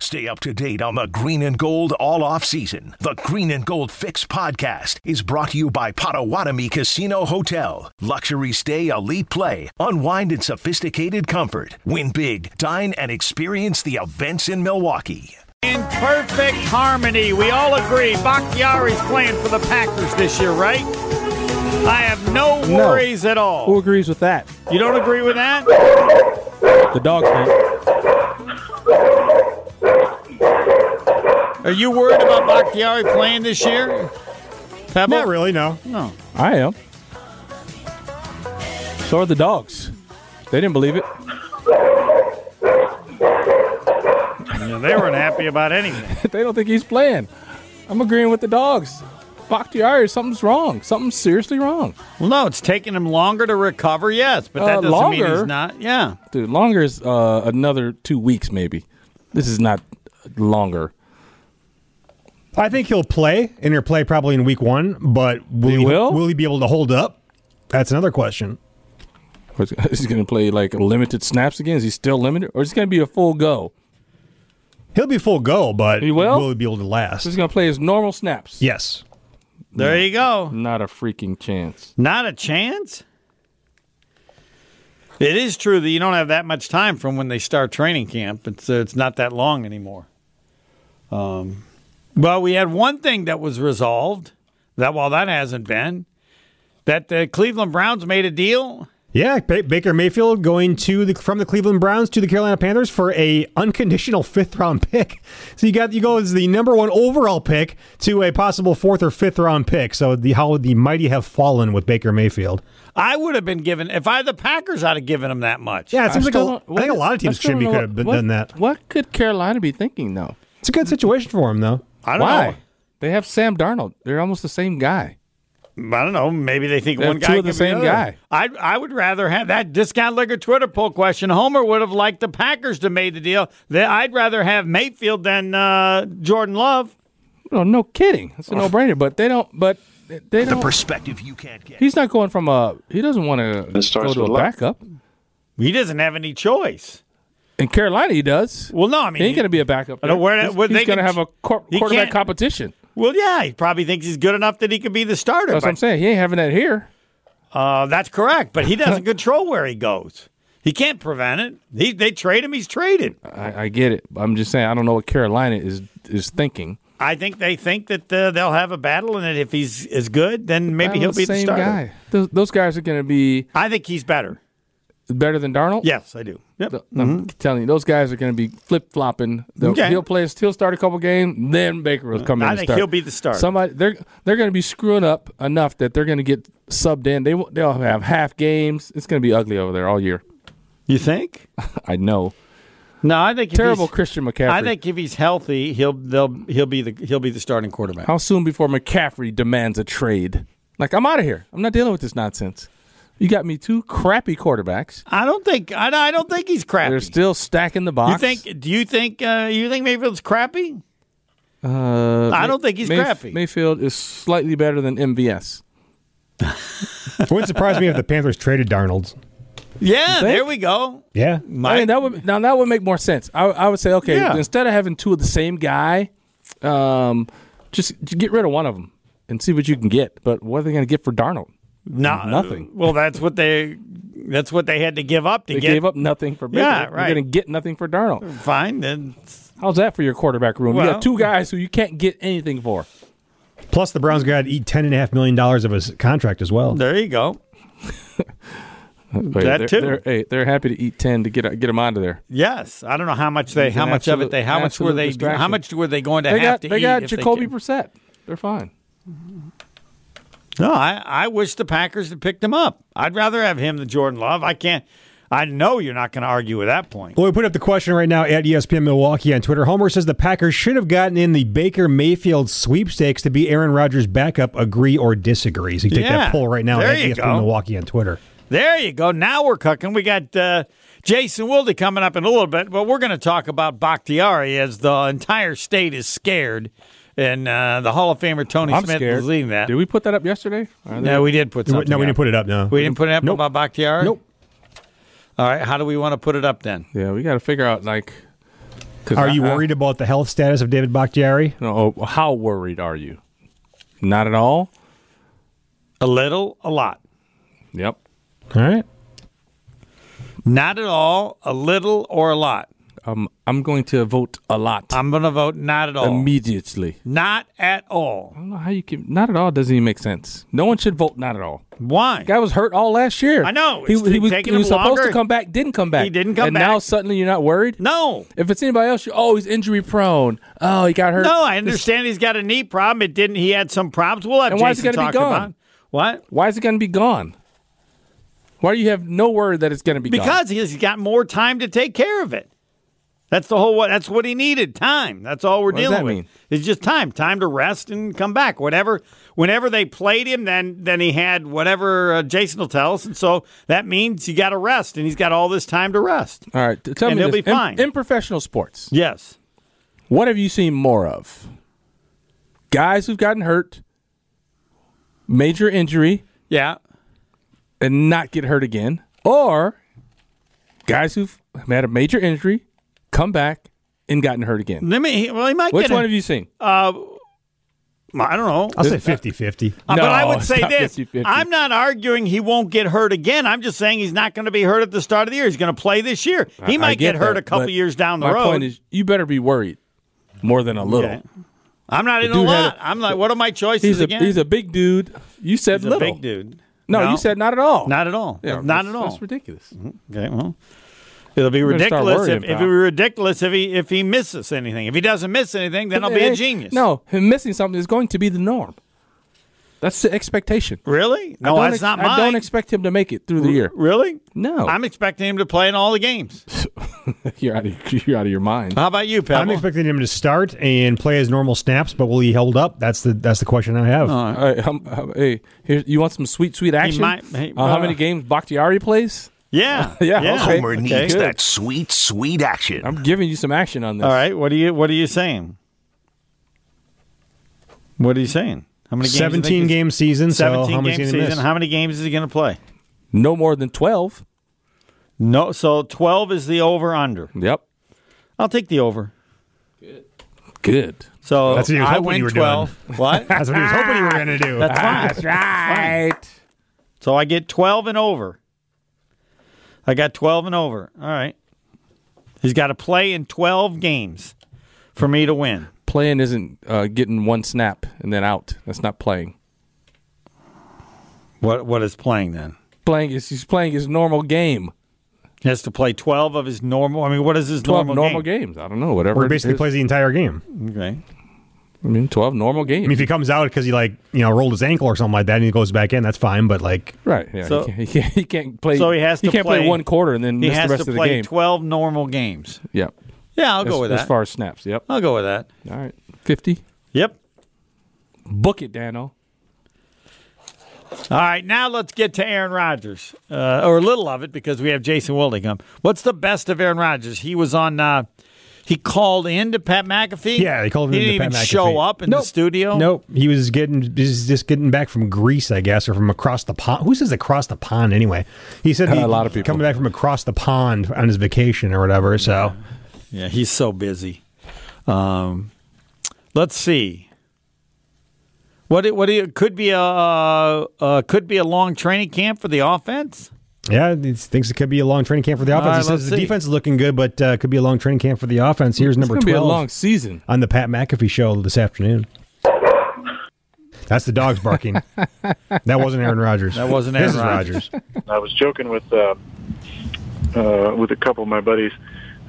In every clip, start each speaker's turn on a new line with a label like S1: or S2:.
S1: Stay up to date on the green and gold all off season. The Green and Gold Fix podcast is brought to you by Potawatomi Casino Hotel. Luxury stay, elite play, unwind in sophisticated comfort. Win big, dine, and experience the events in Milwaukee.
S2: In perfect harmony, we all agree Bakhtiari's playing for the Packers this year, right? I have no
S3: No.
S2: worries at
S3: Who
S2: all.
S3: agrees with that?
S2: You don't agree with that?
S3: The dogs think.
S2: Are you worried about Bakhtiari playing this year? Pebble?
S4: Not really, no.
S2: No.
S3: I am. So are the dogs. They didn't believe it.
S2: Yeah, they weren't happy about anything.
S3: they don't think he's playing. I'm agreeing with the dogs. Bakhtiari, something's wrong. Something's seriously wrong.
S2: Well, no, it's taking him longer to recover, yes, but that
S3: Uh,
S2: doesn't mean he's
S3: longer?
S2: not. Yeah.
S3: Dude, longer is uh, another two weeks, maybe. This is not longer.
S4: I think he'll play, and he'll play probably in week one, but will
S3: He
S4: he,
S3: will?
S4: he be able to hold up? That's another question.
S3: Or is- Is he going to play like limited snaps again? Is he still limited? Or is he going to be a full go?
S4: He'll be full go, but
S3: He will?
S4: he be able to last?
S3: So he's going to play his normal snaps?
S4: yes.
S2: There you go.
S3: Not a freaking chance.
S2: Not a chance? It is true that you don't have that much time from when they start training camp. It's, uh, it's not that long anymore. Um, well, we had one thing that was resolved. That While that hasn't been, that the Cleveland Browns made a deal.
S4: Yeah, Ba- Baker Mayfield going to the from the Cleveland Browns to the Carolina Panthers for a unconditional fifth round pick. So you got you go as the number one overall pick to a possible fourth or fifth round pick. So the how the mighty have fallen with Baker Mayfield.
S2: I would have been given, if I had the Packers, I'd have given them that much.
S4: Yeah, it seems like
S3: still
S4: a,
S3: don't-
S4: I think a lot of teams
S3: still
S4: should be
S3: don't know
S4: could have
S3: what-
S4: done that.
S3: What could Carolina be thinking, though?
S4: It's a good situation for him though.
S2: I don't
S3: Why?
S2: know.
S3: They have Sam Darnold. They're almost the same guy.
S2: I don't know. Maybe they think
S3: They have
S2: one
S3: two
S2: guy
S3: of the
S2: could be
S3: same
S2: other.
S3: guy.
S2: I I would rather have that discount liquor Twitter poll question. Homer would have liked the Packers to made the deal. That I'd rather have Mayfield than uh, Jordan Love.
S3: No, no kidding. It's a no-brainer. But they don't. But they
S1: The
S3: don't.
S1: perspective you can't get.
S3: he's not going from a. He doesn't want to go
S5: starts
S3: to a
S5: with luck.
S3: backup.
S2: He doesn't have any choice.
S3: In Carolina, he does.
S2: Well, no, I mean,
S3: he ain't going to be a backup.
S2: I know
S3: there.
S2: where-
S3: he's
S2: where they
S3: going to
S2: can-
S3: have a quar-
S2: he
S3: quarterback
S2: can't-
S3: competition.
S2: well, yeah, he probably thinks he's good enough that he could be the starter.
S3: That's what I'm
S2: but,
S3: saying. He ain't having that here.
S2: uh, that's correct, but he doesn't control where he goes. He can't prevent it. He, they trade him, he's traded.
S3: I, I get it. I'm just saying. I don't know what Carolina is is thinking.
S2: I think they think that uh, they'll have a battle, and that if he's as good, then maybe
S3: Darnold's
S2: he'll be
S3: the
S2: the
S3: same
S2: starter.
S3: guy. Those, those guys are going to be
S2: I think he's better.
S3: better than Darnold.
S2: Yes, I do. Yep.
S3: Th- I'm telling you, those guys are going to be flip flopping.
S2: Mm-hmm. Okay.
S3: He'll play. He'll start a couple games, then Baker will come in.
S2: I
S3: and
S2: think
S3: start.
S2: he'll be the starter.
S3: Somebody they're they're going to be screwing up enough that they're going to get subbed in. They will- they'll have half games. It's going to be ugly over there all year.
S2: You think?
S3: I know.
S2: No, I think if
S3: Terrible
S2: he's-
S3: Christian McCaffrey.
S2: I think if he's healthy, he'll they'll he'll be the he'll be the starting quarterback.
S3: How soon before McCaffrey demands a trade? Like I'm out of here. I'm not dealing with this nonsense. You got me two crappy quarterbacks.
S2: I don't think I, I don't think he's crappy.
S3: They're still stacking the box.
S2: you think? Do you think? Uh, you think Mayfield's crappy?
S3: Uh,
S2: I
S3: May-
S2: don't think he's
S3: Mayf-
S2: crappy.
S3: Mayfield is slightly better than MVS.
S4: It wouldn't surprise me if the Panthers traded Darnold.
S2: Yeah, there we go.
S4: Yeah.
S3: I mean that would now that would make more sense. I, I would say okay,
S2: Yeah.
S3: instead of having two of the same guy, um, just, j- get rid of one of them and see what you can get. But what are they going to get for Darnold?
S2: no,
S3: nothing.
S2: Well, that's what they that's what they had to give up to
S3: Uh, They
S2: get
S3: gave up nothing for Baker.
S2: Yeah, right.
S3: You're going to get nothing for Darnold.
S2: Fine, then
S3: How's that for your quarterback room? you
S2: Well-
S3: got two guys who you can't get anything for.
S4: Plus the Browns got to eat ten and a half million dollars of his contract as well.
S2: there you go.
S3: Hey,
S2: That
S3: they're,
S2: too.
S3: They're, hey, they're happy to eat ten to get uh, get them onto there.
S2: Yes, I don't know how much they
S3: He's
S2: how
S3: an
S2: much of it
S3: absolute-
S2: they how much were
S3: absolute
S2: they
S3: distraction.
S2: how much were they going to
S3: They
S2: have
S3: got
S2: to
S3: they
S2: eat
S3: got
S2: if they
S3: Jacoby
S2: could-
S3: Brissett. They're fine.
S2: No, I, I wish the Packers had picked him up. I'd rather have him than Jordan Love. I can't. I know you're not going to argue with that point.
S4: Well, we put up the question right now at E ESPN Milwaukee on Twitter. Homer says the Packers should have gotten in the Baker Mayfield sweepstakes to be Aaron Rodgers' backup. Agree or disagree? So you can take
S2: Yeah.
S4: that poll right now
S2: There
S4: at E
S2: you
S4: ESPN
S2: go.
S4: Milwaukee on Twitter.
S2: There you go. Now we're cooking. We got uh, Jason Wilde coming up in a little bit, but we're going to talk about Bakhtiari as the entire state is scared, and uh, the Hall of Famer Tony
S3: I'm
S2: Smith
S3: scared.
S2: is leading that.
S3: Did we put that up yesterday? Are they-
S2: no, we did put
S4: No,
S2: something.
S4: we
S2: up.
S4: didn't put it up. No,
S2: We didn't put it up
S4: Nope.
S2: about Bakhtiari.
S4: Nope.
S2: All right. How do we want to put it up then?
S3: Yeah, we got to figure out like 'Cause
S4: Are
S3: I-
S4: you
S3: I-
S4: worried about the health status of David Bakhtiari?
S3: No, oh, how worried are you? Not at all.
S2: A little, a lot.
S3: Yep.
S4: All right.
S2: Not at all, a little, or a lot.
S3: Um, I'm going to vote a lot
S2: I'm going to vote not at all.
S3: immediately.
S2: not at all.
S3: I don't know how you can. Not at all doesn't even make sense. No one should vote not at all.
S2: Why?
S3: Guy was hurt all last year.
S2: I know.
S3: He,
S2: It's
S3: he was,
S2: taking
S3: he was
S2: him
S3: supposed
S2: longer.
S3: to come back. Didn't come back.
S2: He didn't come
S3: and And now
S2: back.
S3: suddenly you're not worried.
S2: No.
S3: If it's anybody else, you oh he's injury prone. Oh he got hurt.
S2: No, I understand he's got a knee problem. It didn't. He had some problems. We'll have
S3: And
S2: Jason
S3: why is it
S2: talk
S3: gotta be gone?
S2: about what
S3: Why is it going to be gone? Why do you have no word that it's going to be gone?
S2: because he's got more time to take care of it. That's the whole. That's what he needed. Time. That's all we're
S3: What does
S2: dealing
S3: that
S2: with.
S3: mean?
S2: It's just time. Time to rest and come back. Whatever. Whenever they played him, then then he had whatever uh, Jason will tell us, and so that means you got to rest, and he's got all this time to rest.
S3: All right, t- tell
S2: And
S3: me
S2: he'll
S3: this.
S2: be
S3: In-
S2: fine.
S3: In, professional sports.
S2: Yes.
S3: What have you seen more of? Guys who've gotten hurt, major injury,
S2: Yeah.
S3: and not get hurt again, or guys who've had a major injury, come back and gotten hurt again.
S2: Let me. Well, he might
S3: Which
S2: get. Uh,
S3: one
S2: a-
S3: have you seen?
S2: I don't know.
S4: I'll say 50 50.
S2: Uh, but I
S3: No,
S2: would say
S3: it's not
S2: this:
S3: 50-50.
S2: I'm not arguing he won't get hurt again. I'm just saying he's not going to be hurt at the start of the year. He's going to play this year. He
S3: I
S2: might get, hurt
S3: that,
S2: a couple
S3: but
S2: years down the
S3: my
S2: road.
S3: point is, you better be worried more than a little.
S2: Okay. I'm not in a
S3: dude had
S2: lot.
S3: a-
S2: i I'm like, what are my choices
S3: He's a
S2: again?
S3: he's a big dude. You said
S2: He's a
S3: little.
S2: big dude.
S3: No, you said not at all.
S2: not at all.
S3: Yeah,
S2: not
S3: that's-
S2: at all.
S3: That's ridiculous.
S2: Okay, well, it'll be
S3: gonna start
S2: ridiculous
S3: worrying
S2: if, if it
S3: about-
S2: be ridiculous if he if he misses anything. If he doesn't miss anything, then I'll be
S3: It
S2: a
S3: ain't-
S2: genius.
S3: No, him missing something is going to be the norm. That's the expectation.
S2: really?
S3: I
S2: No,
S3: don't
S2: that's
S3: ex-
S2: Oh, not
S3: I
S2: mine.
S3: don't expect him to make it through the year.
S2: really?
S3: No,
S2: I'm expecting him to play in all the games.
S3: you're out of you're out of your mind.
S2: How about you,
S4: I'm
S2: Pebble?
S4: expecting him to start and play his normal snaps, but will he hold up? That's the that's the question I have.
S2: Oh,
S3: All right, um, uh, hey, here, you want some sweet, sweet action?
S2: might- he-
S3: Uh, how
S2: uh,
S3: many games Bakhtiari plays?
S2: yeah,
S3: Yeah, okay.
S1: Homer needs
S3: good.
S1: that sweet, sweet action.
S3: I'm giving you some action on this.
S2: All right, what are you what are you saying? What are you saying? How many games? do you think
S4: 17
S2: he's-
S4: game season. so how
S2: Seventeen
S4: many
S2: game
S4: is he
S2: season.
S4: gonna miss?
S2: How many games is he going to play?
S3: no more than twelve.
S2: No, so twelve is the over under.
S3: Yep,
S2: I'll take the over.
S3: good.
S2: So
S4: That's what he was
S2: I
S4: hoping
S2: went
S4: you were doing.
S2: twelve. What?
S4: That's what he was hoping you were going to do.
S2: That's fine.
S3: right.
S2: So I get twelve and over. I got twelve and over. All right. He's got to play in twelve games for me to win.
S3: Playing isn't uh, getting one snap and then out. That's not playing.
S2: What what is playing then?
S3: Playing is he's playing his normal game.
S2: He has to play twelve of his normal. I mean, what is his
S3: Twelve
S2: normal,
S3: normal, games. I don't know. Whatever.
S4: Where
S3: it
S4: he basically
S3: is.
S4: plays the entire game.
S2: Okay.
S3: I mean, twelve normal games.
S4: I mean, if he comes out because he like you know rolled his ankle or something like that, and he goes back in, that's fine. But like,
S3: Right. Yeah.
S2: So-
S3: he, can't, he, can't, he can't play.
S2: So he has to
S3: can't play,
S2: play-
S3: one quarter and then
S2: He
S3: miss
S2: has
S3: the rest
S2: to
S3: of the
S2: play
S3: game.
S2: twelve normal games.
S3: yeah.
S2: Yeah, I'll go
S3: as,
S2: with
S3: as
S2: that.
S3: far as snaps. Yep.
S2: I'll go with that.
S3: All right. Fifty.
S2: Yep.
S3: Book it, Dano.
S2: All right, now let's get to Aaron Rodgers, uh, or a little of it because we have Jason Wilde come. What's the best of Aaron Rodgers? He was on. Uh, he called in to Pat McAfee.
S4: Yeah, he called
S2: He
S4: in to
S2: didn't even
S4: Pat McAfee.
S2: show up in the
S4: Nope.
S2: studio.
S4: nope, he was getting he's just getting back from Greece, I guess, or from across the pond. Who says across the pond anyway? He said
S3: Uh,
S4: he-
S3: a lot of people.
S4: coming back from across the pond on his vacation or whatever. So
S2: Yeah, he's so busy. Um, let's see. What it, what it could be a uh, uh, could be a long training camp for the offense.
S4: yeah, he thinks it could be a long training camp for the
S2: All
S4: offense.
S2: right,
S4: he says
S2: let's
S4: the
S2: see.
S4: defense is looking good, but uh, could be a long training camp for the offense. Here's
S3: It's
S4: number
S3: gonna be a
S4: twelve
S3: long season.
S4: on the Pat McAfee show this afternoon. That's the dogs barking. that wasn't Aaron Rodgers.
S2: That wasn't Aaron
S4: This is
S2: Rodgers.
S4: Rodgers.
S5: I was joking with uh, uh, with a couple of my buddies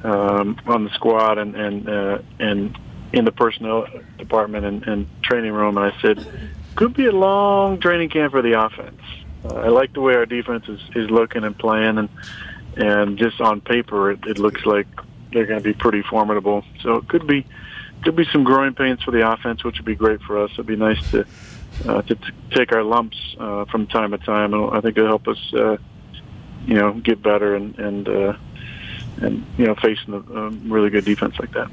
S5: um, on the squad and and uh, and in the personnel department and, and training room, and I said, "Could be a long training camp for the offense." Uh, I like the way our defense is, is looking and playing, and and just on paper, it, it looks like they're going to be pretty formidable. So it could be could be some growing pains for the offense, which would be great for us. It'd be nice to uh, to t- take our lumps uh, from time to time, and I think it'll help us, uh, you know, get better and and uh, and you know, facing a um, really good defense like that.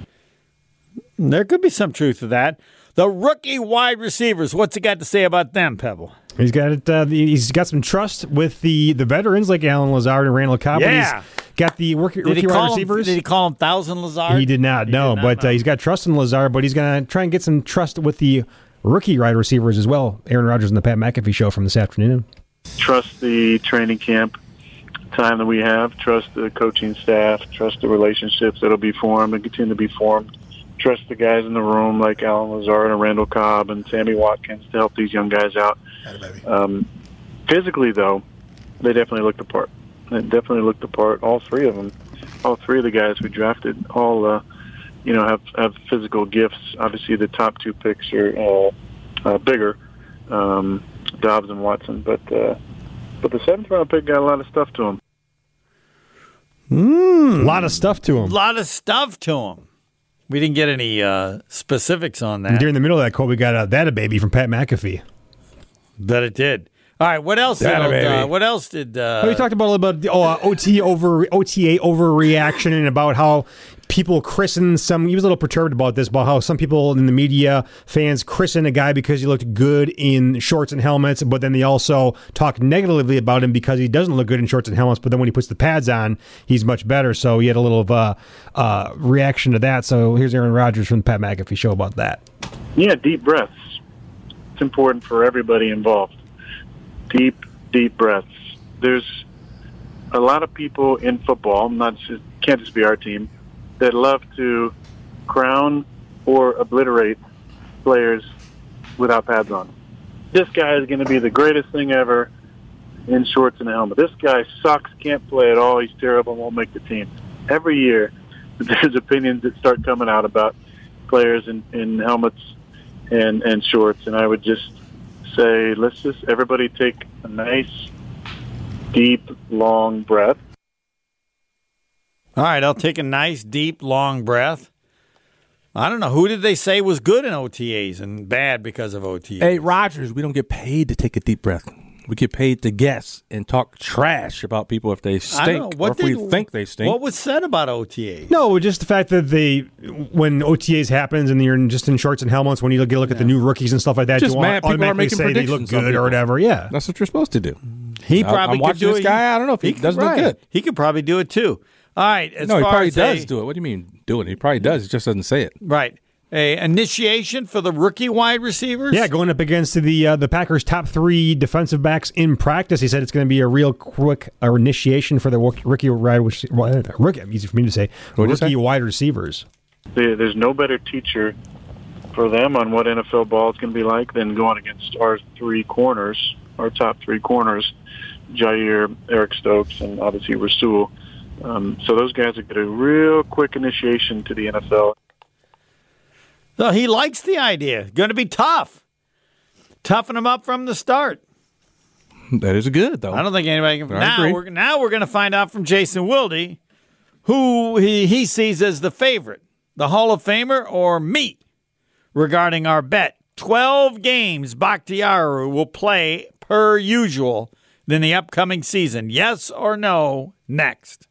S2: There could be some truth to that. The rookie wide receivers. What's it got to say about them, Pebble?
S4: He's got it. Uh, he's got some trust with the the veterans like Alan Lazard and Randall Cobb. but
S2: Yeah.
S4: He's Got the work,
S2: Did he,
S4: rookie wide
S2: call him,
S4: receivers.
S2: did he call him Thousand Lazard?
S4: He did not, no.
S2: not,
S4: but
S2: no.
S4: Uh, he's got trust in Lazar, but he's going to try and get some trust with the rookie wide receivers as well. Aaron Rodgers and the Pat McAfee show from this afternoon.
S5: trust the training camp time that we have, trust the coaching staff, trust the relationships that'll be formed and continue to be formed, trust the guys in the room like Alan Lazard and Randall Cobb and Sammy Watkins to help these young guys out. Um, physically, though, they definitely looked the part. They definitely looked the part. All three of them, all three of the guys we drafted, all uh, you know have have physical gifts. Obviously, the top two picks are all uh, bigger, um, Dobbs and Watson, but. Uh, but the seventh round pick got a lot of stuff to him.
S2: Hmm.
S4: A lot of stuff to him.
S2: lot of stuff to him. We didn't get any uh, specifics on that.
S4: During the middle of that, Colby got a that a baby from Pat McAfee.
S2: That it did. All right. What else?
S3: That a
S2: did, uh,
S3: baby.
S2: what else did? Uh,
S4: Oh, you talked about a little about oh, uh, OT over OTA overreaction and about how people christen some. He was a little perturbed about this, about how some people in the media, fans, christen a guy because he looked good in shorts and helmets, but then they also talk negatively about him because he doesn't look good in shorts and helmets. But then when he puts the pads on, he's much better. So he had a little of uh, uh, reaction to that. So here's Aaron Rodgers from the Pat McAfee show about that.
S5: Yeah, deep breaths. It's important for everybody involved. Deep, deep breaths. There's a lot of people in football, not just, can't just be our team, that love to crown or obliterate players without pads on. This guy is going to be the greatest thing ever in shorts and a helmet. This guy sucks, can't play at all, he's terrible, won't make the team. Every year, there's opinions that start coming out about players in, in helmets and, and shorts, and I would just say, let's just everybody take a nice, deep, long breath.
S2: all right. I'll take a nice, deep, long breath. I don't know who did they say was good in OTAs and bad because of OTAs.
S3: Hey, Rogers, we don't get paid to take a deep breath. We get paid to guess and talk trash about people if they
S2: I don't know.
S3: stink or
S2: What
S3: if we
S2: did-
S3: think they stink.
S2: What was said about OTAs?
S4: No, just the fact that they when OTAs happens and you're in, just in shorts and helmets when you get a look at the new rookies and stuff like that,
S3: Just
S4: you
S3: mad people are
S4: automatically
S3: making
S4: say they look
S3: predictions on
S4: good or
S3: people.
S4: whatever. Yeah,
S3: That's what you're supposed to do.
S2: He
S3: I-
S2: probably
S3: I'm watching
S2: could do
S3: this
S2: it.
S3: guy. I don't know if he
S2: could-
S3: does look good.
S2: He could probably do it too. All right. As
S3: no, he
S2: far
S3: probably
S2: as a-
S3: does do it. What do you mean do it? He probably does. He just doesn't say it.
S2: Right. A initiation for the rookie wide receivers.
S4: yeah. Going up against the uh, the Packers' top three defensive backs in practice, he said it's going to be a real quick uh, initiation for the wo- rookie wide which rookie easy for me to say
S3: What'd you
S4: rookie
S3: say?
S4: wide receivers.
S5: There- There's no better teacher for them on what NFL ball is going to be like than going against our three corners, our top three corners, Jair, Eric Stokes, and obviously Rasul. Um, so those guys are getting a real quick initiation to the NFL.
S2: So he likes the idea. Going to be tough. Toughen him up from the start.
S3: That is good though.
S2: I don't think anybody can.
S3: I
S2: now
S3: agree.
S2: we're now we're going to find out from Jason Wilde who he, he sees as the favorite, the Hall of Famer or me, regarding our bet. Twelve games Bakhtiaru will play per usual in the upcoming season. Yes or no? Next.